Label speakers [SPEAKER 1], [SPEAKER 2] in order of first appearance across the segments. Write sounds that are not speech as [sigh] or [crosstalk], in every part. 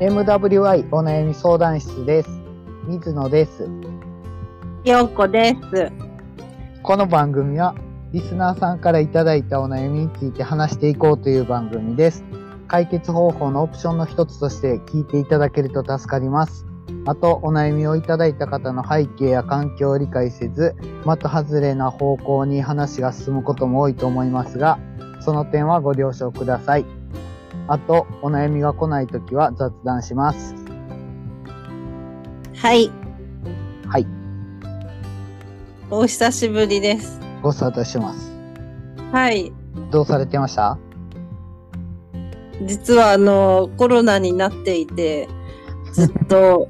[SPEAKER 1] MWI お悩み相談室です。水野です。
[SPEAKER 2] ようこです。
[SPEAKER 1] この番組はリスナーさんからいただいたお悩みについて話していこうという番組です。解決方法のオプションの一つとして聞いていただけると助かります。また、お悩みをいただいた方の背景や環境を理解せず、的外れな方向に話が進むことも多いと思いますが、その点はご了承ください。あと、お悩みが来ないときは雑談します。
[SPEAKER 2] はい。
[SPEAKER 1] はい。
[SPEAKER 2] お久しぶりです。
[SPEAKER 1] ご沙汰してます。
[SPEAKER 2] はい。
[SPEAKER 1] どうされてました
[SPEAKER 2] 実はあの、コロナになっていて、ずっ
[SPEAKER 1] [laughs]
[SPEAKER 2] と、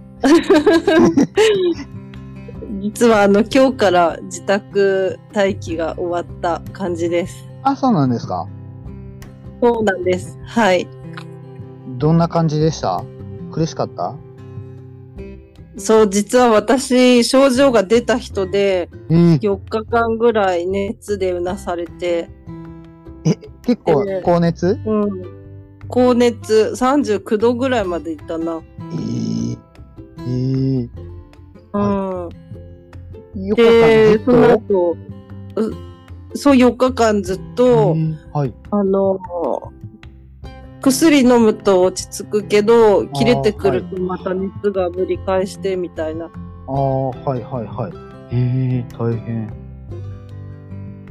[SPEAKER 2] 実はあの、今日から自宅待機が終わった感じです。
[SPEAKER 1] あ、そうなんですか
[SPEAKER 2] そうなんです。はい。
[SPEAKER 1] どんな感じでした苦しかった
[SPEAKER 2] そう、実は私、症状が出た人で、
[SPEAKER 1] えー
[SPEAKER 2] 4日間ぐらい熱でうなされて、
[SPEAKER 1] 結構
[SPEAKER 2] でね
[SPEAKER 1] 高熱
[SPEAKER 2] うん。高熱39度ぐらいまでいったな。
[SPEAKER 1] えー、えー、
[SPEAKER 2] うん。
[SPEAKER 1] よかったず
[SPEAKER 2] で
[SPEAKER 1] っ、
[SPEAKER 2] そ
[SPEAKER 1] と
[SPEAKER 2] の後、うそう、4日間ずっと、
[SPEAKER 1] えーはい。
[SPEAKER 2] あの、薬飲むと落ち着くけど、切れてくるとまた熱がぶり返してみたいな。
[SPEAKER 1] ああ、はいはいはい。えー、大変。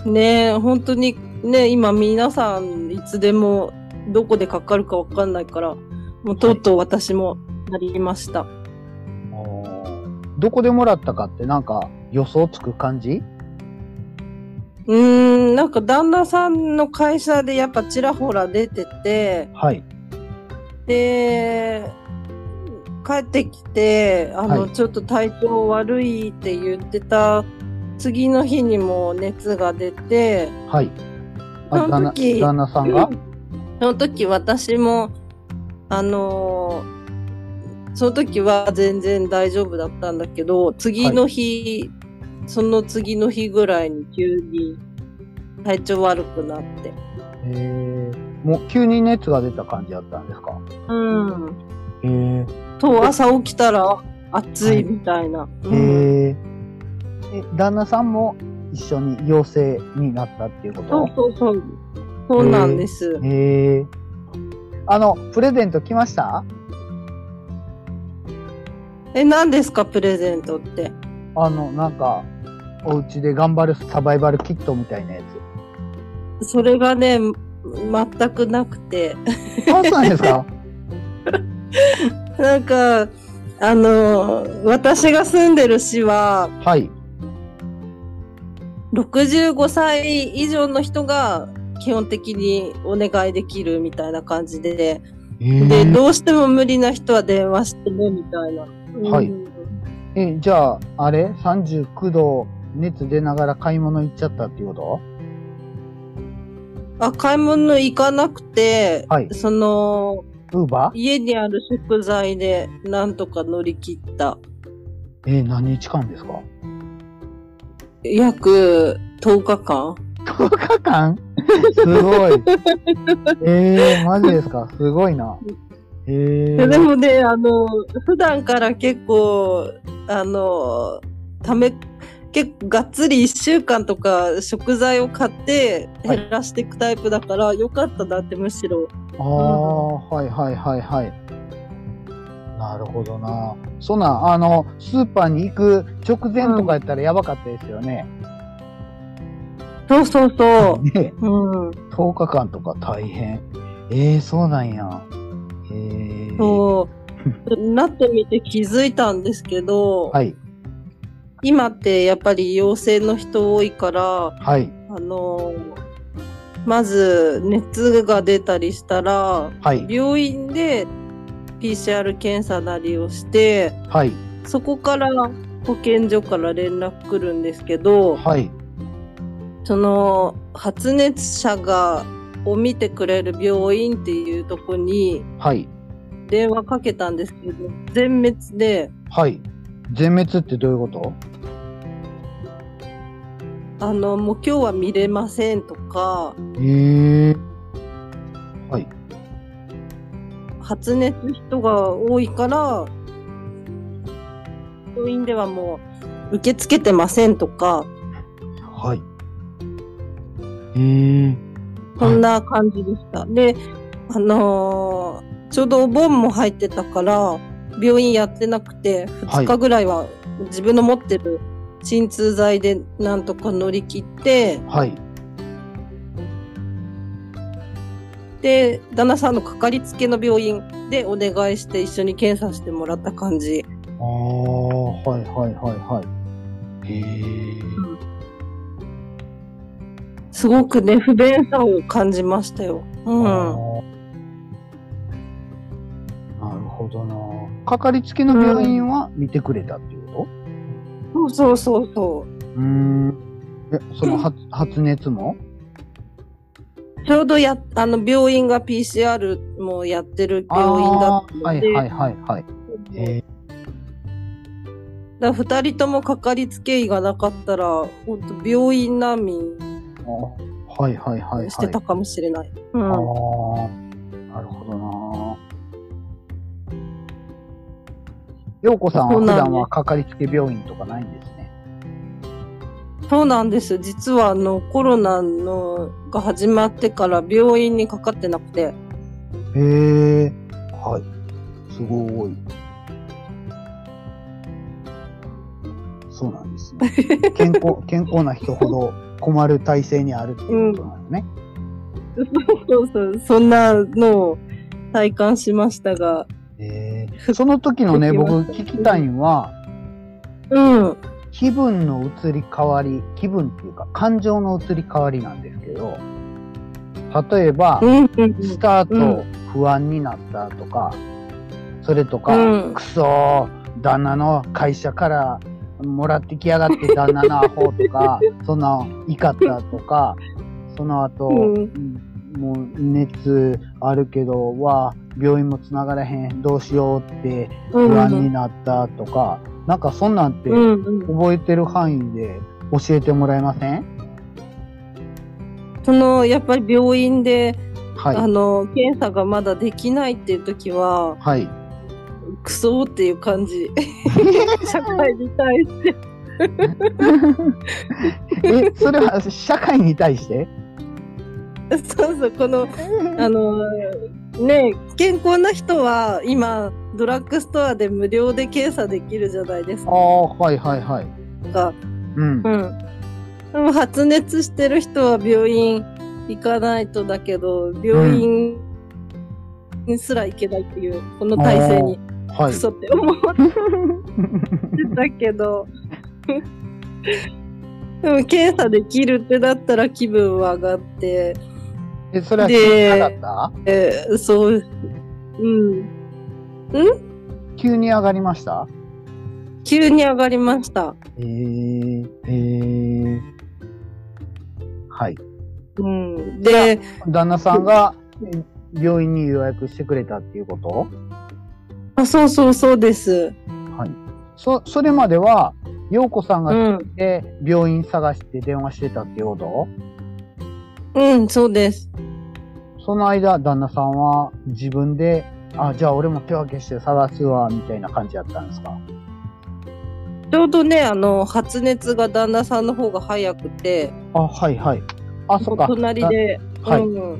[SPEAKER 2] ねえ、本当にね、今皆さんいつでもどこでかかるかわかんないから、もうとうとう私もなりました。
[SPEAKER 1] あーどこでもらったかってなんか予想つく感じ
[SPEAKER 2] うーん、なんか旦那さんの会社でやっぱちらほら出てて、
[SPEAKER 1] はい。
[SPEAKER 2] で、帰ってきて、あの、
[SPEAKER 1] はい
[SPEAKER 2] ちょっと体調悪いって言ってた、次の日にも熱が出て、
[SPEAKER 1] はい。
[SPEAKER 2] その
[SPEAKER 1] 旦那
[SPEAKER 2] 時
[SPEAKER 1] 旦那さんが
[SPEAKER 2] その時私も、あのーその時は全然大丈夫だったんだけど、次の日、その次の日ぐらいに急に体調悪くなって。
[SPEAKER 1] えー、もう急に熱が出た感じだったんですか
[SPEAKER 2] うん。
[SPEAKER 1] えー、
[SPEAKER 2] と、朝起きたら暑いみたいな。うん
[SPEAKER 1] へえ。え、旦那さんも一緒に陽性になったっていうこ
[SPEAKER 2] そう
[SPEAKER 1] と
[SPEAKER 2] そうそう。そうなんです。
[SPEAKER 1] へえ。あの、プレゼント来ました
[SPEAKER 2] え、何ですか、プレゼントって。
[SPEAKER 1] あの、なんか、お家で頑張るサバイバルキットみたいなや
[SPEAKER 2] [laughs]
[SPEAKER 1] つ。
[SPEAKER 2] それがね、ん全くなくて。 [laughs]
[SPEAKER 1] あ、そうなんですか
[SPEAKER 2] なんか、あの、私が住んでる市は、
[SPEAKER 1] はい。
[SPEAKER 2] 65歳以上の人が基本的にお願いできるみたいな感じで、で、どうしても無理な人は電話してね、みたいな。
[SPEAKER 1] はい
[SPEAKER 2] うん
[SPEAKER 1] え、じゃあ、あれ ?39 度熱出ながら買い物行っちゃったっていうこ
[SPEAKER 2] あ、買い物行かなくて、
[SPEAKER 1] はい
[SPEAKER 2] その、
[SPEAKER 1] とウーバー
[SPEAKER 2] 家にある食材でなんとか乗り切った。
[SPEAKER 1] え、何日間ですか
[SPEAKER 2] 約10日間
[SPEAKER 1] ?10 日間すごい。えー、マジですかすごいな。え
[SPEAKER 2] い [laughs]
[SPEAKER 1] ー。
[SPEAKER 2] やでもね、あの、普段から結構、あの、ため、結構がっつり1週間とか食材を買って
[SPEAKER 1] はい
[SPEAKER 2] 減らしていくタイプだから、よかったなってむしろ。
[SPEAKER 1] ああ、はいはいはいはい。なるほどな。そんなん、あの、スーパーに行く直前とかやったらやばかったですよね。
[SPEAKER 2] そうそうそ
[SPEAKER 1] ね
[SPEAKER 2] う。うん。
[SPEAKER 1] 10日間とか大変。ええそうなんや。えー、
[SPEAKER 2] そう。なってみて気づいたんですけど、
[SPEAKER 1] はい、
[SPEAKER 2] 今ってやっぱり陽性の人多いから、
[SPEAKER 1] はい、
[SPEAKER 2] あの、まず熱が出たりしたら、
[SPEAKER 1] はい、
[SPEAKER 2] 病院で PCR 検査なりをして、
[SPEAKER 1] はい、
[SPEAKER 2] そこから保健所から連絡来るんですけど、
[SPEAKER 1] はい。
[SPEAKER 2] その発熱者がを見てくれる病院っていうとこに
[SPEAKER 1] はい、
[SPEAKER 2] 電話かけたんですけど、全滅で、
[SPEAKER 1] はい。全滅ってどういうこと
[SPEAKER 2] あの、もう今日は見れませんとか、
[SPEAKER 1] ええ
[SPEAKER 2] 発熱人が多いから、病院ではもう受け付けてませんとか、
[SPEAKER 1] はい。えー、
[SPEAKER 2] そんな感じでした。で、あのーちょうどお盆も入ってたから、病院やってなくて、
[SPEAKER 1] はい
[SPEAKER 2] 2日ぐらいは自分の持ってる鎮痛剤でなんとか乗り切って、
[SPEAKER 1] はい。
[SPEAKER 2] で、旦那さんのかかりつけの病院でお願いして一緒に検査してもらった感じ。
[SPEAKER 1] ああ、はいはいはいはい。へえ。
[SPEAKER 2] すごくね、不便さを感じましたよ。うん。
[SPEAKER 1] なるほどな。かかりつけの病院は見てくれたっていうこ
[SPEAKER 2] そうそうそうそう。
[SPEAKER 1] とうん。え、その発発熱も
[SPEAKER 2] ちょうどや、あの、病院が PCR もやってる病院だった
[SPEAKER 1] あ
[SPEAKER 2] の
[SPEAKER 1] ー
[SPEAKER 2] で、
[SPEAKER 1] はいはいはいはい。え
[SPEAKER 2] だから二人ともかかりつけ医がなかったら、本当病院難民
[SPEAKER 1] ー、あはいはいはいはい。
[SPEAKER 2] してたかもしれない。
[SPEAKER 1] あ
[SPEAKER 2] うん。
[SPEAKER 1] ーなるほどな。陽子さんは
[SPEAKER 2] そう
[SPEAKER 1] 普
[SPEAKER 2] なんです
[SPEAKER 1] 段はかかりつけ病院とかないんですね。
[SPEAKER 2] そうなんです。実は、あの、コロナのが始まってから病院にかかってなくて、
[SPEAKER 1] へえ。はい。すごい。そうなんですね。
[SPEAKER 2] [laughs]
[SPEAKER 1] 健康、健康な人ほど困る体制にあるっていうことなのね。
[SPEAKER 2] そうそう、そんなのを体感しましたが、
[SPEAKER 1] へえその時のね、
[SPEAKER 2] できま
[SPEAKER 1] 僕
[SPEAKER 2] した
[SPEAKER 1] 聞きたいのは、
[SPEAKER 2] うん。
[SPEAKER 1] 気分の移り変わり、気分っていうか感情の移り変わりなんですけど、例えば
[SPEAKER 2] う、ん、うん、
[SPEAKER 1] スター
[SPEAKER 2] う
[SPEAKER 1] ト不安になったとか、それとか、
[SPEAKER 2] うん
[SPEAKER 1] くそー旦那の会社からもらってきやがって旦那のアホと
[SPEAKER 2] [laughs]
[SPEAKER 1] かそんな怒ったとかその後、
[SPEAKER 2] うん
[SPEAKER 1] もう熱あるけどは病院もつながらへんどうしようって
[SPEAKER 2] うん。
[SPEAKER 1] 不安になったとか、なんかそんなんって
[SPEAKER 2] うん、うん。
[SPEAKER 1] 覚えてる範囲で教えてもらえません
[SPEAKER 2] その、やっぱり病院で、
[SPEAKER 1] はい
[SPEAKER 2] あの、検査がまだできないっていう時は、
[SPEAKER 1] はい
[SPEAKER 2] クソっていう感
[SPEAKER 1] [laughs]
[SPEAKER 2] じ。社会に対して。
[SPEAKER 1] えそれは社会に対して
[SPEAKER 2] そうそう、この、 [laughs] あの、ね、健康な人は今、ドラッグストアで無料で検査できるじゃないです
[SPEAKER 1] ああ、はいはいはい。
[SPEAKER 2] か。
[SPEAKER 1] うん。
[SPEAKER 2] うん。でも発熱してる人は病院行かないとだけど、病院にすら行けないっていう、この体制に
[SPEAKER 1] は
[SPEAKER 2] ク
[SPEAKER 1] い。
[SPEAKER 2] ソって思ってたけど、 [laughs] でも検査できるってなったら気分は上がって、
[SPEAKER 1] え、それは
[SPEAKER 2] で
[SPEAKER 1] 急に上がった
[SPEAKER 2] えーそう、うん。
[SPEAKER 1] 急に上がりました
[SPEAKER 2] 急に上がりました。
[SPEAKER 1] えー、えー。はい。
[SPEAKER 2] うん。で、
[SPEAKER 1] 旦那さんがえ病院に予約してくれたっていうこと
[SPEAKER 2] あそうそうそうです。
[SPEAKER 1] そ、それまでは、陽子さん
[SPEAKER 2] う
[SPEAKER 1] が
[SPEAKER 2] ん。
[SPEAKER 1] 来て、病院探して電話してたっていうこ
[SPEAKER 2] うん、そうです。
[SPEAKER 1] とその間、旦那さんは自分で、あ、じゃあ俺も手分けして探すわ、みたいな感じだったんですか
[SPEAKER 2] ちょうどね、あの、発熱が旦那さんの方が早くて、
[SPEAKER 1] あ、はいはい。あ、そっか。
[SPEAKER 2] 隣で、
[SPEAKER 1] だはい
[SPEAKER 2] うん、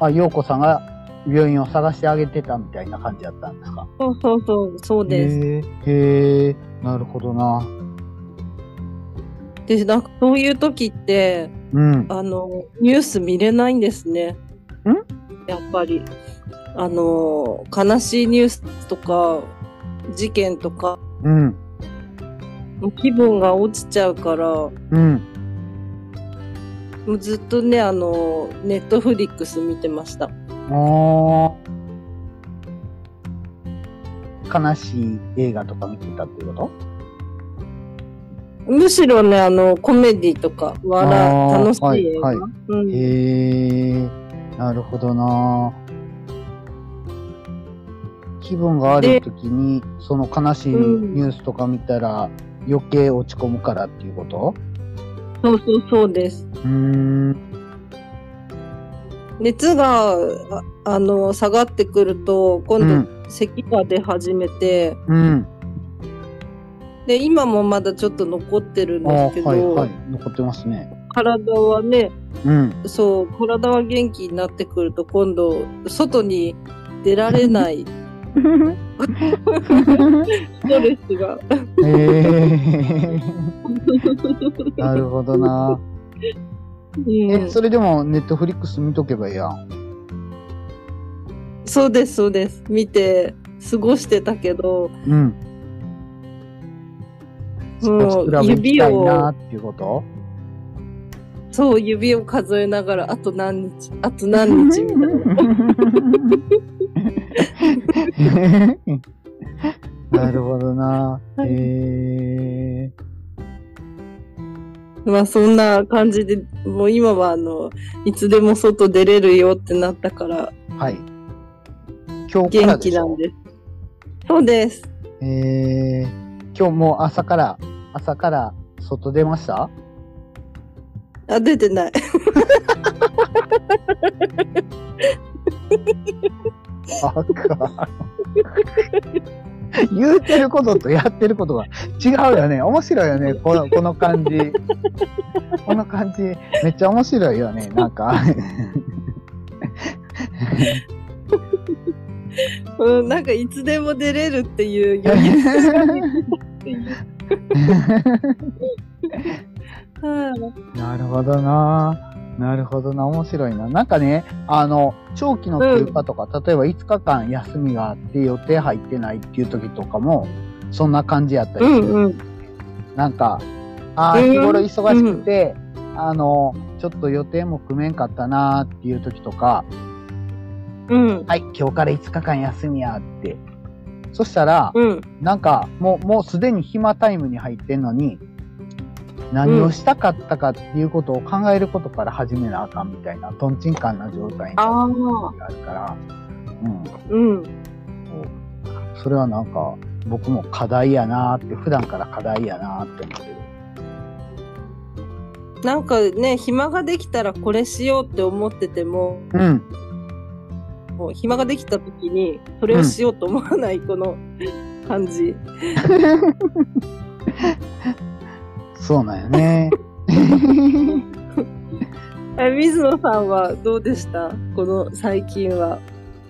[SPEAKER 1] あ、陽子さんが病院を探してあげてたみたいな感じだったんですか。
[SPEAKER 2] そうそうそう、そうです。
[SPEAKER 1] へえ、へえ、なるほどな。
[SPEAKER 2] で、なんかそういう時って、
[SPEAKER 1] うん。
[SPEAKER 2] あの、ニュース見れないんですね。
[SPEAKER 1] ん
[SPEAKER 2] やっぱり。あの、悲しいニュースとか、事件とか、
[SPEAKER 1] うん。
[SPEAKER 2] もう気分が落ちちゃうから、も
[SPEAKER 1] うん。
[SPEAKER 2] うずっとね、あの、ネットフリックス見てました。
[SPEAKER 1] ああ。悲しい映画とか見てたっていうこと
[SPEAKER 2] むしろね、あの、コメディとか、
[SPEAKER 1] あ
[SPEAKER 2] 笑
[SPEAKER 1] ー
[SPEAKER 2] う、楽しい映画。
[SPEAKER 1] はいは
[SPEAKER 2] うん
[SPEAKER 1] へえ、なるほどな。気分がある時に、その悲しい
[SPEAKER 2] うん
[SPEAKER 1] ニュースとか見たら、余計落ち込むからっていうこと
[SPEAKER 2] そうそうそうです。
[SPEAKER 1] うーん。
[SPEAKER 2] 熱が、ああの、下がってくると、今
[SPEAKER 1] う
[SPEAKER 2] 度、
[SPEAKER 1] ん
[SPEAKER 2] 咳が出始めて、
[SPEAKER 1] うん。
[SPEAKER 2] で、今もまだちょっと残ってるん
[SPEAKER 1] あ
[SPEAKER 2] ですけど、
[SPEAKER 1] はいはい。残ってますね。
[SPEAKER 2] 体はね、
[SPEAKER 1] うん。
[SPEAKER 2] そう、体は元気になってくると、今度、外に出られないストレスが。
[SPEAKER 1] ええなるほどな。
[SPEAKER 2] [laughs] うん
[SPEAKER 1] え、それでも、ネットフリックス見とけばいいやん。
[SPEAKER 2] そうです、そうです。見て、過ごしてたけど、
[SPEAKER 1] うん。
[SPEAKER 2] もう指
[SPEAKER 1] 指を。な
[SPEAKER 2] を、
[SPEAKER 1] っていうこと
[SPEAKER 2] そう、指を数えながら、あと何日、あと何日みたいな。
[SPEAKER 1] [laughs] なるほどな。
[SPEAKER 2] はい
[SPEAKER 1] ええ
[SPEAKER 2] まあそんな感じで、もう今はあの、いつでも外出れるよってなったから
[SPEAKER 1] はい。今日からで
[SPEAKER 2] 元気
[SPEAKER 1] し
[SPEAKER 2] な
[SPEAKER 1] ょ
[SPEAKER 2] んです。そうです。
[SPEAKER 1] ええ今日もう朝から、朝から外出ました
[SPEAKER 2] あ、出てない。 [laughs]
[SPEAKER 1] あかん [laughs] 言うてることとやってることが違うよね。面白いよね。この、この感
[SPEAKER 2] [laughs]
[SPEAKER 1] じ。この感じ、めっちゃ面白いよね。なんか。
[SPEAKER 2] うん、なんかいつでも出れるっていう
[SPEAKER 1] [laughs]
[SPEAKER 2] 余裕
[SPEAKER 1] な
[SPEAKER 2] はい
[SPEAKER 1] るほどな。なるほどな。面白いな。なんかね、あの、長期の休暇とか、例えば5日間休みがあって予定入ってないっていう時とかも、そんな感じやったり
[SPEAKER 2] う
[SPEAKER 1] する
[SPEAKER 2] んうん。
[SPEAKER 1] なんか、あ
[SPEAKER 2] う
[SPEAKER 1] ー
[SPEAKER 2] ん
[SPEAKER 1] 日頃忙しくて、あの、ちょっと予定も組めんかったなーっていう時とか、
[SPEAKER 2] うん。
[SPEAKER 1] はい、今日から5日間休みやって。そしたら、
[SPEAKER 2] うん。
[SPEAKER 1] なんか、もう、もうすでに暇タイムに入ってんのに、何をしたかったかっていうことを考えることから始めなあかんみたいな、とんちんかんな状態にな
[SPEAKER 2] ああ
[SPEAKER 1] る。時があるから、うん。
[SPEAKER 2] うん。
[SPEAKER 1] それはなんか、僕も課題やなーって、普段から課題やなーって思ってる。
[SPEAKER 2] なんかね、暇ができたらこれしようって思ってても、
[SPEAKER 1] うん。
[SPEAKER 2] もう暇ができた時に、それをしようと思わない、この感じ。
[SPEAKER 1] そうなんよね。
[SPEAKER 2] え、水野さんはどうでしたこの最近は。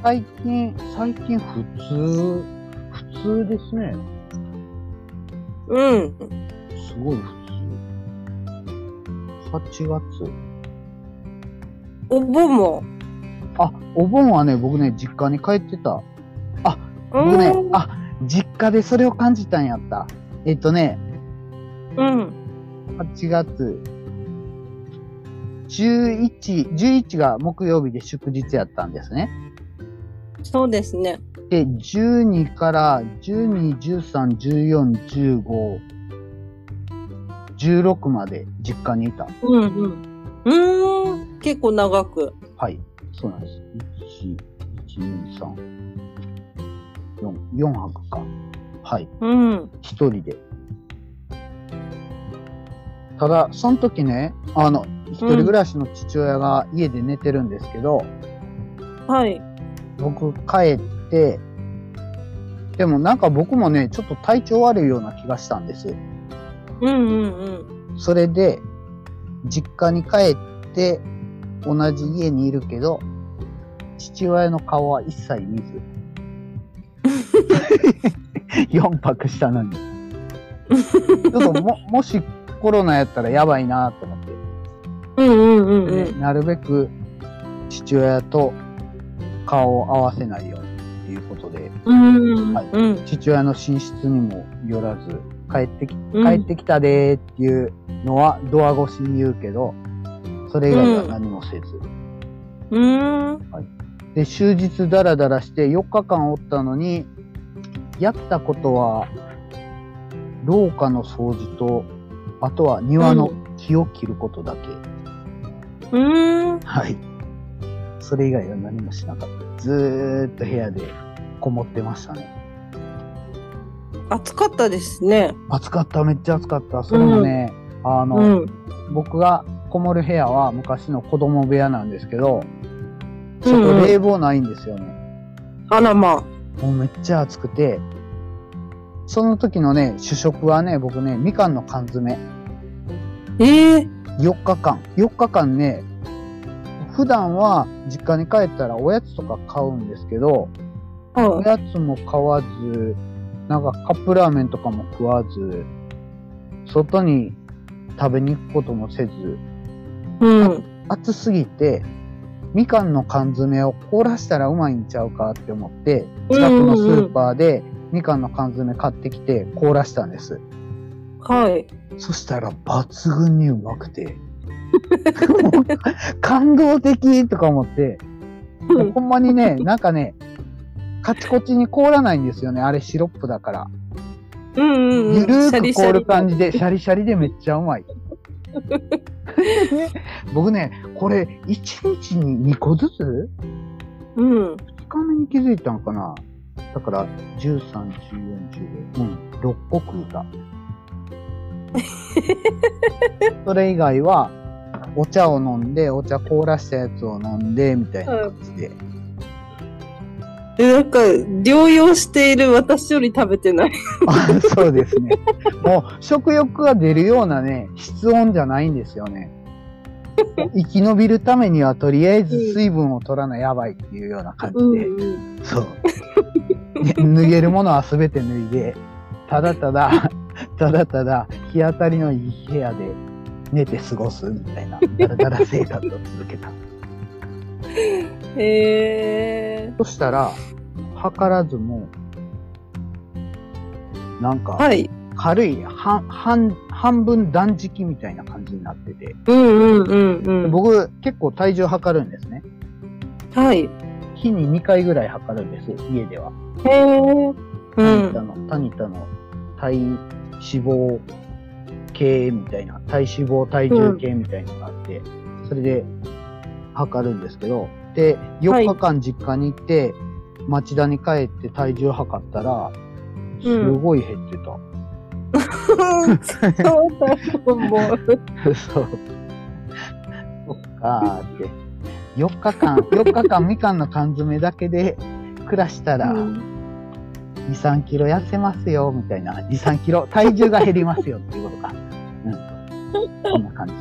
[SPEAKER 1] 最近、最近普通、普通ですね。
[SPEAKER 2] うん。
[SPEAKER 1] すごい普通。8月。
[SPEAKER 2] お盆も。
[SPEAKER 1] あ、お盆はね、僕ね、実家に帰ってた。
[SPEAKER 2] う
[SPEAKER 1] 僕ね
[SPEAKER 2] ん。、
[SPEAKER 1] あ、実家でそれを感じたんやった。えっとね、
[SPEAKER 2] うん。
[SPEAKER 1] 8月。11、11が木曜日で祝日やったんですね。
[SPEAKER 2] そうですね。
[SPEAKER 1] で、12から12、13、14、15、16まで実家にいた。
[SPEAKER 2] うんうん。うーん。結構長く。
[SPEAKER 1] はい。そうなんです。1、1、2、3、4、4泊か。はい。
[SPEAKER 2] うん。
[SPEAKER 1] 一人で。ただ、その時ね、あの、一人暮らしの父親が家で寝てるんですけど、
[SPEAKER 2] はい。
[SPEAKER 1] 僕帰って、でもなんか僕もね、ちょっと体調悪いような気がしたんです。
[SPEAKER 2] うんうんうん。
[SPEAKER 1] それで、実家に帰って、同じ家にいるけど、父親の顔は一切見
[SPEAKER 2] [laughs]
[SPEAKER 1] ず。4泊したのに。ちょっとも、もしコロナやったらやばいなと思って、
[SPEAKER 2] うんうんうんう
[SPEAKER 1] で
[SPEAKER 2] ん。
[SPEAKER 1] なるべく父親と顔を合わせないようにっていうことで、
[SPEAKER 2] うん。
[SPEAKER 1] はい
[SPEAKER 2] うん。
[SPEAKER 1] 父親の寝室にも寄らず、帰ってき
[SPEAKER 2] うん
[SPEAKER 1] 帰ってきたでーっていうのはドア越しに言うけど、それ以外は何もせず。
[SPEAKER 2] うーん。
[SPEAKER 1] で、終日ダラダラして4日間おったのに、やったことは、廊下の掃除と、あとは庭の木を切ることだけ。
[SPEAKER 2] うーん。
[SPEAKER 1] はい。それ以外は何もしなかった。ずーっと部屋でこもってましたね。
[SPEAKER 2] 暑かったですね。
[SPEAKER 1] 暑かった、めっちゃ暑かった。それもね、あの、
[SPEAKER 2] うん。
[SPEAKER 1] 僕がこもる部屋は昔の子供部屋なんですけど、そ
[SPEAKER 2] うん
[SPEAKER 1] こ
[SPEAKER 2] うん
[SPEAKER 1] 冷房ないんですよね。
[SPEAKER 2] あらま
[SPEAKER 1] もうめっちゃ暑くて、その時のね、主食はね、僕ね、みかんの缶詰、
[SPEAKER 2] あ。ええ
[SPEAKER 1] 4日間、4日間ね、普段は実家に帰ったらおやつとか買うんですけど、お
[SPEAKER 2] はい
[SPEAKER 1] やつも買わず、なんかカップラーメンとかも食わず、外に食べに行くこともせず、
[SPEAKER 2] うん。
[SPEAKER 1] 暑すぎて、みかんの缶詰を凍らしたらうまいんちゃうかって思って、近くのスーパーでみかんの缶詰買ってきて凍らしたんです。
[SPEAKER 2] はい。
[SPEAKER 1] そしたら抜群にうまく [laughs] て、もう感動的とか思って、
[SPEAKER 2] う
[SPEAKER 1] もうんほんまにね、なんかね、カチコチに凍らないんですよね。あれシロップだから。
[SPEAKER 2] うんうんうん。
[SPEAKER 1] ゆる
[SPEAKER 2] シャ
[SPEAKER 1] ー
[SPEAKER 2] リ
[SPEAKER 1] く
[SPEAKER 2] シャ
[SPEAKER 1] 凍
[SPEAKER 2] リ
[SPEAKER 1] る感じで、シャリシャリでめっちゃうま [laughs] い。僕ね、これ、1日に2個ずつ
[SPEAKER 2] うん。
[SPEAKER 1] ?2 日目に気づいたんかなだから、13、14、15、うん、6個食う [laughs] た。それ以外は、お茶を飲んで、お茶凍らしたやつを飲んで、みたいな感じで。
[SPEAKER 2] え、なんか、療養している私より食べてない。
[SPEAKER 1] あ [laughs] そうですね。もう食欲が出るようなね、室温じゃないんですよね。生き延びるためにはとりあえず水分を取らなやばいっていうような感じで、
[SPEAKER 2] ん。
[SPEAKER 1] そう。ね脱げるものは全て脱いで、ただただ、 [laughs] ただただ日当たりのいい部屋で寝て過ごすみたいな、だらだら生活を続けた。
[SPEAKER 2] へえ。
[SPEAKER 1] そしたら、図らずも、なんか、
[SPEAKER 2] はい。
[SPEAKER 1] 軽い半半半分断食みたいな感じになってて、
[SPEAKER 2] うんうんうんうん。
[SPEAKER 1] 僕結構体重測るんですね
[SPEAKER 2] はい。へ
[SPEAKER 1] 日に2回ぐらい測るんです家では、
[SPEAKER 2] え。うん
[SPEAKER 1] タニタ。のタニタの体脂肪計みたいな体脂肪体重計みたいなのがあって、それで測るんですけどで
[SPEAKER 2] はい
[SPEAKER 1] 4日間実家に行って、町田に帰って体重測ったらすごい減ってた、
[SPEAKER 2] そうだと思う。
[SPEAKER 1] [laughs] そう。そっかーって。4日間、4日間みかんの缶詰だけで暮らしたら2、3キロ痩せますよ、みたいな。2、3キロ、体重が減りますよっていうことか。うん。こんな感じ。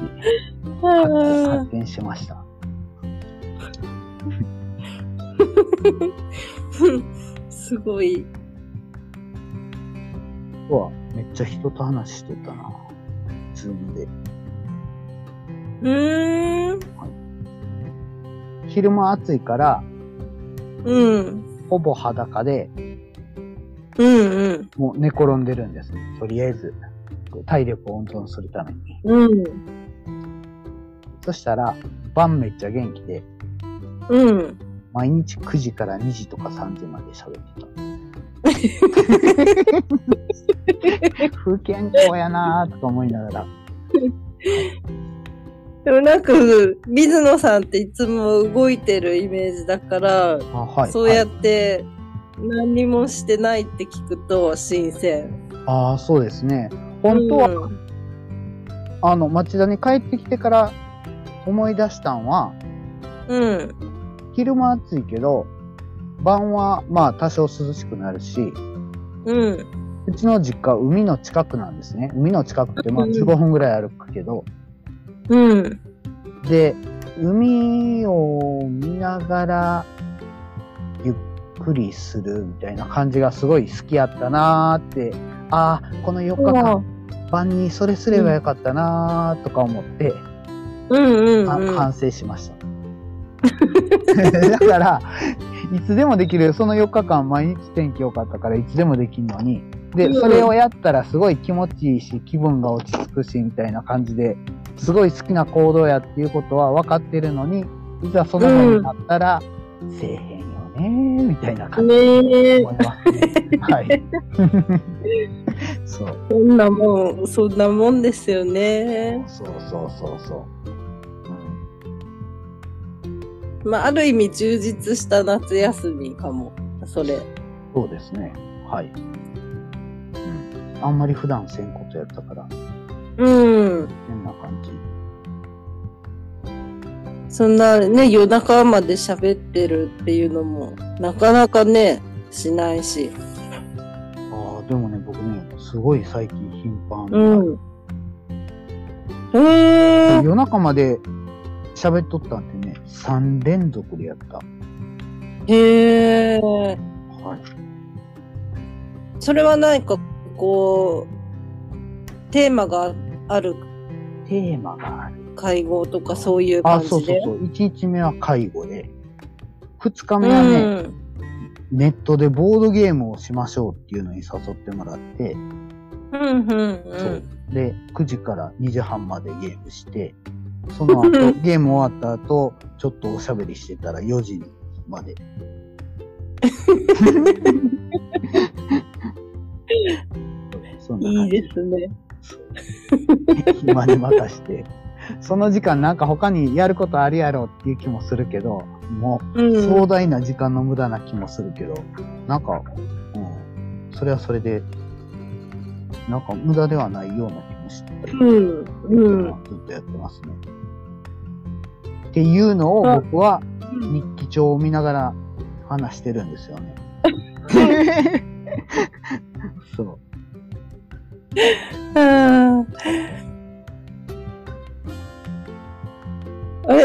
[SPEAKER 1] 発展発展しました。
[SPEAKER 2] [laughs] すごい。
[SPEAKER 1] うわ、めっちゃ人と話してたな。ズームで。
[SPEAKER 2] うーん。
[SPEAKER 1] 昼間暑いから、
[SPEAKER 2] うん。
[SPEAKER 1] ほぼ裸で、
[SPEAKER 2] うんうん。
[SPEAKER 1] もう寝転んでるんですね。とりあえず、体力を温存するために。
[SPEAKER 2] うん。
[SPEAKER 1] そしたら、晩めっちゃ元気で、
[SPEAKER 2] うん。
[SPEAKER 1] 毎日9時から2時とか3時まで喋って
[SPEAKER 2] [laughs]
[SPEAKER 1] た。不健康やなーとか思いながら。
[SPEAKER 2] でもなんか、水野さんっていつも動いてるイメージだから、
[SPEAKER 1] あはい。
[SPEAKER 2] そうや
[SPEAKER 1] はい
[SPEAKER 2] って何にもしてないって聞くと新鮮。
[SPEAKER 1] ああ、そうですね。本当は、
[SPEAKER 2] うん
[SPEAKER 1] あの、町田に帰ってきてから思い出したんは、
[SPEAKER 2] うん。
[SPEAKER 1] 昼間暑いけど、晩はまあ多少涼しくなるし、
[SPEAKER 2] うん。
[SPEAKER 1] うちの実家は海の近くなんですね。海の近くってまあ
[SPEAKER 2] うん
[SPEAKER 1] 15分ぐらい歩くけど、
[SPEAKER 2] うん。
[SPEAKER 1] で、海を見ながら、ゆっくりするみたいな感じがすごい好きやったなーって、ああ、この4日間、晩にそれすればよかったなーとか思って、
[SPEAKER 2] うんうん
[SPEAKER 1] あ
[SPEAKER 2] うん。
[SPEAKER 1] 反省しました。だから、いつでもできる、その4日間毎日天気良かったからいつでもできるのに、で、それをやったらすごい気持ちいいし、気分が落ち着くし、みたいな感じで、すごい好きな行動やっていうことは分かってるのに、いざその場になったら、せえへんよねー、みたいな感じ
[SPEAKER 2] ねえ
[SPEAKER 1] で、思いますね。
[SPEAKER 2] [laughs]
[SPEAKER 1] はい。そう。
[SPEAKER 2] そんなもん、そんなもんですよね。
[SPEAKER 1] そうそうそうそう。うん
[SPEAKER 2] まあ、ある意味充実した夏休みかも。それ。
[SPEAKER 1] そうですね。はい。うん。あんまり普段せんことやったから、
[SPEAKER 2] うん。
[SPEAKER 1] 変な感じ。
[SPEAKER 2] そんなね、夜中まで喋ってるっていうのも、なかなかね、しないし。
[SPEAKER 1] ああ、でもね、僕ね、すごい最近頻繁。
[SPEAKER 2] うん。えー、
[SPEAKER 1] 夜中まで喋っとったんでね、3連続でやった。
[SPEAKER 2] へー。
[SPEAKER 1] はい。
[SPEAKER 2] それは何か、こう、テーマがある
[SPEAKER 1] テーマがある。
[SPEAKER 2] 会合とかそういう
[SPEAKER 1] あ、
[SPEAKER 2] 感
[SPEAKER 1] そう
[SPEAKER 2] じ
[SPEAKER 1] そう
[SPEAKER 2] で。
[SPEAKER 1] そう。1日目は介護で、2日
[SPEAKER 2] う
[SPEAKER 1] 目はね、
[SPEAKER 2] ん。
[SPEAKER 1] ネットでボードゲームをしましょうっていうのに誘ってもらって、
[SPEAKER 2] うん、うん、う。
[SPEAKER 1] そうんで、9時から2時半までゲームして、その
[SPEAKER 2] [laughs]
[SPEAKER 1] 後、ゲーム終わった後、ちょっとおしゃべりしてたら4時ま
[SPEAKER 2] [laughs]
[SPEAKER 1] で。そんな感
[SPEAKER 2] いい
[SPEAKER 1] じ
[SPEAKER 2] ですね。
[SPEAKER 1] [laughs] 暇に任して、その時間なんか他にやることあるやろっていう気もするけど、も
[SPEAKER 2] うん。
[SPEAKER 1] う壮大な時間の無駄な気もするけど、なんか、うん、それはそれで、なんか無駄ではないような気もして、
[SPEAKER 2] うん。うん。
[SPEAKER 1] ずっとやってますね。っていうのを僕は日記帳を見ながら話してるんですよね。そう。
[SPEAKER 2] あー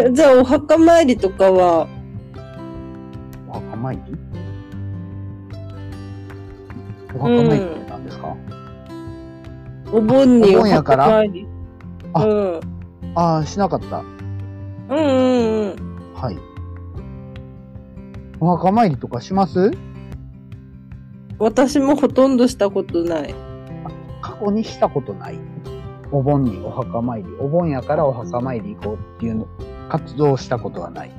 [SPEAKER 2] え、じゃあお墓参りとかは、
[SPEAKER 1] お墓参りお墓参りって何ですか、
[SPEAKER 2] お盆に
[SPEAKER 1] お
[SPEAKER 2] お
[SPEAKER 1] 盆やか
[SPEAKER 2] 墓
[SPEAKER 1] ら
[SPEAKER 2] 参り。
[SPEAKER 1] あ
[SPEAKER 2] うん。
[SPEAKER 1] ああ、しなかった。
[SPEAKER 2] うんうんうん。
[SPEAKER 1] はい。お墓参りとかします
[SPEAKER 2] 私もほとんどしたことない。
[SPEAKER 1] 過去にしたことない。お盆にお墓参り。お盆やからお墓参り行こうっていうの活動をしたことはない。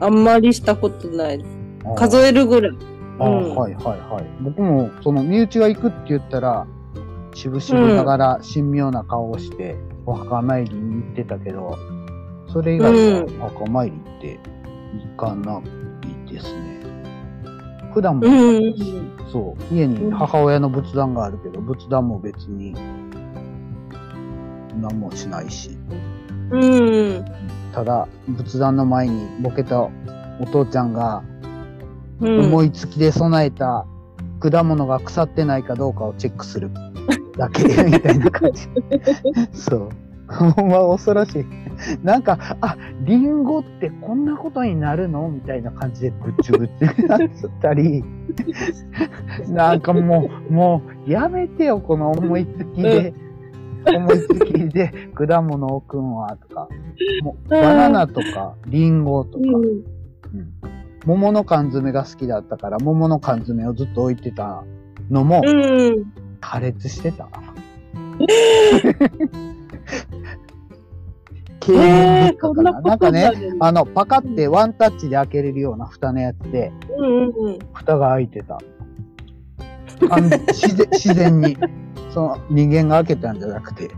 [SPEAKER 2] あんまりしたことない。
[SPEAKER 1] あー
[SPEAKER 2] 数えるぐらい。
[SPEAKER 1] あー、
[SPEAKER 2] うん
[SPEAKER 1] はいはいはい。僕も、その、身内が行くって言ったら、しぶしぶながら神妙な顔をして、お墓参りに行ってたけど、それ以外
[SPEAKER 2] う
[SPEAKER 1] はお墓参りって行かないですね。普段も、
[SPEAKER 2] うんうん。
[SPEAKER 1] そう、家に母親の仏壇があるけど、仏壇も別に、何もしないし、
[SPEAKER 2] うん
[SPEAKER 1] ただ、仏壇の前にボケたお父ちゃんが、
[SPEAKER 2] うん。
[SPEAKER 1] 思いつきで備えた果物が腐ってないかどうかをチェック
[SPEAKER 2] [laughs]
[SPEAKER 1] するだけみたいな感じ。そう。ほんま恐ろしい。なんか、あ、リンゴってこんなことになるのみたいな感じでぐっちゅぐっちゅ [laughs] になったり、なんかもう、もう、やめてよ、この思いつきで、思いつきで果物を食うんわ、とか、もうバナナとか、リンゴとか、
[SPEAKER 2] うん
[SPEAKER 1] うん桃の缶詰が好きだったから、桃の缶詰をずっと置いてたのも
[SPEAKER 2] うん。
[SPEAKER 1] 破裂して
[SPEAKER 2] [laughs]
[SPEAKER 1] た。経
[SPEAKER 2] え
[SPEAKER 1] 営
[SPEAKER 2] え
[SPEAKER 1] 劣
[SPEAKER 2] こ
[SPEAKER 1] 化
[SPEAKER 2] ん
[SPEAKER 1] か
[SPEAKER 2] な
[SPEAKER 1] な。
[SPEAKER 2] こ
[SPEAKER 1] なん
[SPEAKER 2] と
[SPEAKER 1] か
[SPEAKER 2] にな
[SPEAKER 1] ね、
[SPEAKER 2] るんだ。
[SPEAKER 1] あの、パカってワンタッチで開けれるような蓋のやつで、
[SPEAKER 2] うんうんうん。
[SPEAKER 1] 蓋が開いてた。あ
[SPEAKER 2] [laughs]
[SPEAKER 1] の自然自然に。その人間が開けたんじゃなくて。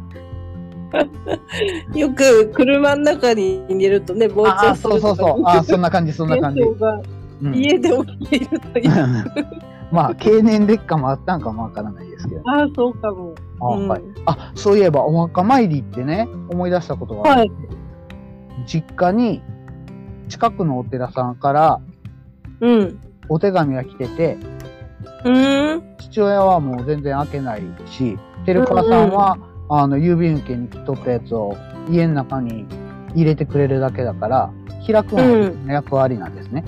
[SPEAKER 2] よく車の中に入れるとね、膨
[SPEAKER 1] あ
[SPEAKER 2] 張
[SPEAKER 1] あ、
[SPEAKER 2] す
[SPEAKER 1] そう
[SPEAKER 2] る
[SPEAKER 1] そう
[SPEAKER 2] とか
[SPEAKER 1] そう。ああ、そんな感じ、そんな感じ。
[SPEAKER 2] 現象が
[SPEAKER 1] うん
[SPEAKER 2] 家で起きているという。
[SPEAKER 1] [laughs] まあ、経年劣化もあったんかもわからないですけど。
[SPEAKER 2] ああ、そうかも。
[SPEAKER 1] あ
[SPEAKER 2] うん
[SPEAKER 1] はい。あ、そういえばお墓参りってね、思い出したことがある、
[SPEAKER 2] はい。
[SPEAKER 1] 実家に近くのお寺さんから
[SPEAKER 2] うん。
[SPEAKER 1] お手紙が来てて、
[SPEAKER 2] うーん。
[SPEAKER 1] 父親はもう全然開けないし、照川さんは、あの、郵便受けに来とったやつを家の中に入れてくれるだけだから、開くのが役割なんですね。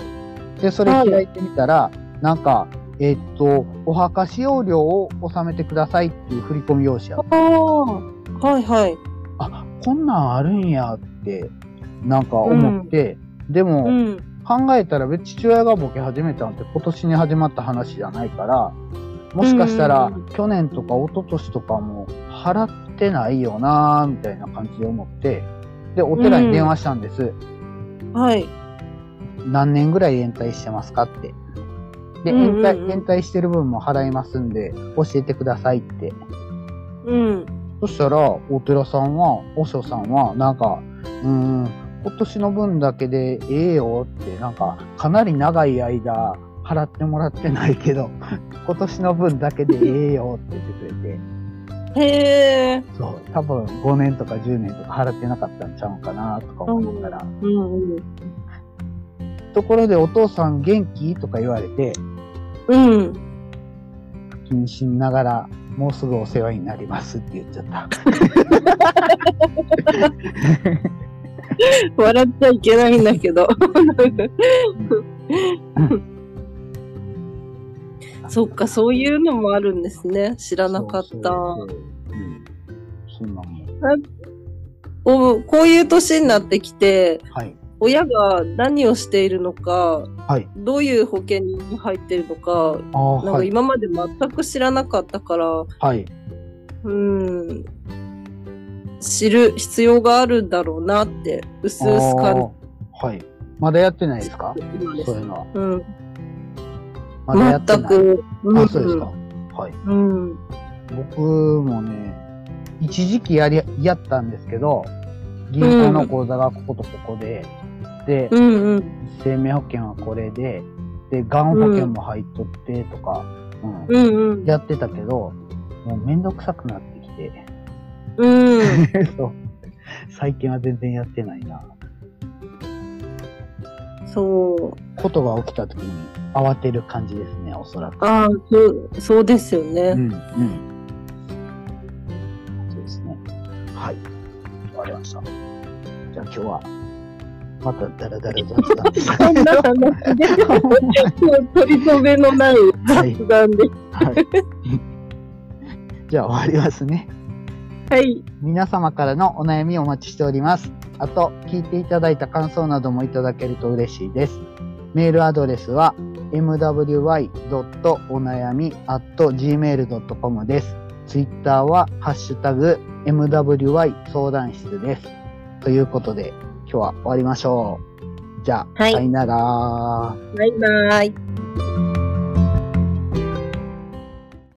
[SPEAKER 1] で、それ開いてみたら、なんか、えーっと、お墓使用料を納めてくださいっていう振り込み用紙やった
[SPEAKER 2] ああ。はいはい。
[SPEAKER 1] あこんなんあるんやってなんか思って、で
[SPEAKER 2] う
[SPEAKER 1] も
[SPEAKER 2] ん。
[SPEAKER 1] 考えたら別に父親がボケ始めたんって今年に始まった話じゃないからもしかしたら
[SPEAKER 2] うん
[SPEAKER 1] 去年とか一昨年とかも払ってないよなーみたいな感じで思ってでお寺に電話したんです、
[SPEAKER 2] はい。
[SPEAKER 1] 何年ぐらい延滞してますかってで
[SPEAKER 2] うんうん
[SPEAKER 1] 延
[SPEAKER 2] うん
[SPEAKER 1] 滞延滞してる分も払いますんで教えてくださいって
[SPEAKER 2] うん。
[SPEAKER 1] そしたら、お寺さんは、お師匠さんは、なんか、うーん、今年の分だけでええよって、なんか、かなり長い間、払 [laughs] ってもらってないけど、今年の分だけでええよって言ってくれて、
[SPEAKER 2] へえ。
[SPEAKER 1] そう、多分5年とか10年とか払ってなかったんちゃうかなとか思ったら、
[SPEAKER 2] うんうん。
[SPEAKER 1] ところでお父さん元気とか言われて、
[SPEAKER 2] うん。
[SPEAKER 1] 気にしながら、もうすぐお世話になりますって言っちゃ
[SPEAKER 2] [laughs]
[SPEAKER 1] った。
[SPEAKER 2] 笑っちゃいけないんだけど。 [laughs] そっか、そういうのもあるんですね。知らなかった。
[SPEAKER 1] そうそうそううん。そんなもん。
[SPEAKER 2] おこういう年になってきて、
[SPEAKER 1] はい。
[SPEAKER 2] 親が何をしているのか、
[SPEAKER 1] はい
[SPEAKER 2] どういう保険に入ってるのか、
[SPEAKER 1] ああ、
[SPEAKER 2] なんか
[SPEAKER 1] はい。
[SPEAKER 2] 今まで全く知らなかったから、
[SPEAKER 1] はい。
[SPEAKER 2] うん、知る必要があるんだろうなって、うすうす感
[SPEAKER 1] あーはい。まだやってないですか
[SPEAKER 2] じてます
[SPEAKER 1] そういうのは。
[SPEAKER 2] うん、
[SPEAKER 1] まだやって
[SPEAKER 2] 全
[SPEAKER 1] ない。
[SPEAKER 2] く。うん
[SPEAKER 1] あ、そうですか。はい。
[SPEAKER 2] うん。
[SPEAKER 1] 僕もね、一時期やり、やったんですけど、銀行の口座がこことここで、で、
[SPEAKER 2] うんうん。
[SPEAKER 1] 生命保険はこれで、で、がん保険も入っとってとか、うん
[SPEAKER 2] うんうん。
[SPEAKER 1] やってたけど、もうめんどくさくなってきて、 [laughs]
[SPEAKER 2] うん。
[SPEAKER 1] そう。最近は全然やってないな。
[SPEAKER 2] そう。
[SPEAKER 1] ことが起きた時に慌てる感じですね、おそらく。
[SPEAKER 2] ああ、そう、そうですよね。
[SPEAKER 1] うん、うん。そうですね。はい。わかりました。じゃあ今日は、またダラダラ雑談です。
[SPEAKER 2] そんな話で、 [laughs] 取り留めのない雑談です。
[SPEAKER 1] はい。 [laughs] じゃあ終わりますね。
[SPEAKER 2] はい。
[SPEAKER 1] 皆様からのお悩みをお待ちしております。あと、聞いていただいた感想などもいただけると嬉しいです。メールアドレスは mwy.onayami.gmail.com です。ツイッターはハッシュタグ mwy 相談室です。ということで、今日は終わりましょう。じゃあ、
[SPEAKER 2] はい
[SPEAKER 1] さよなら。
[SPEAKER 2] バイバイ。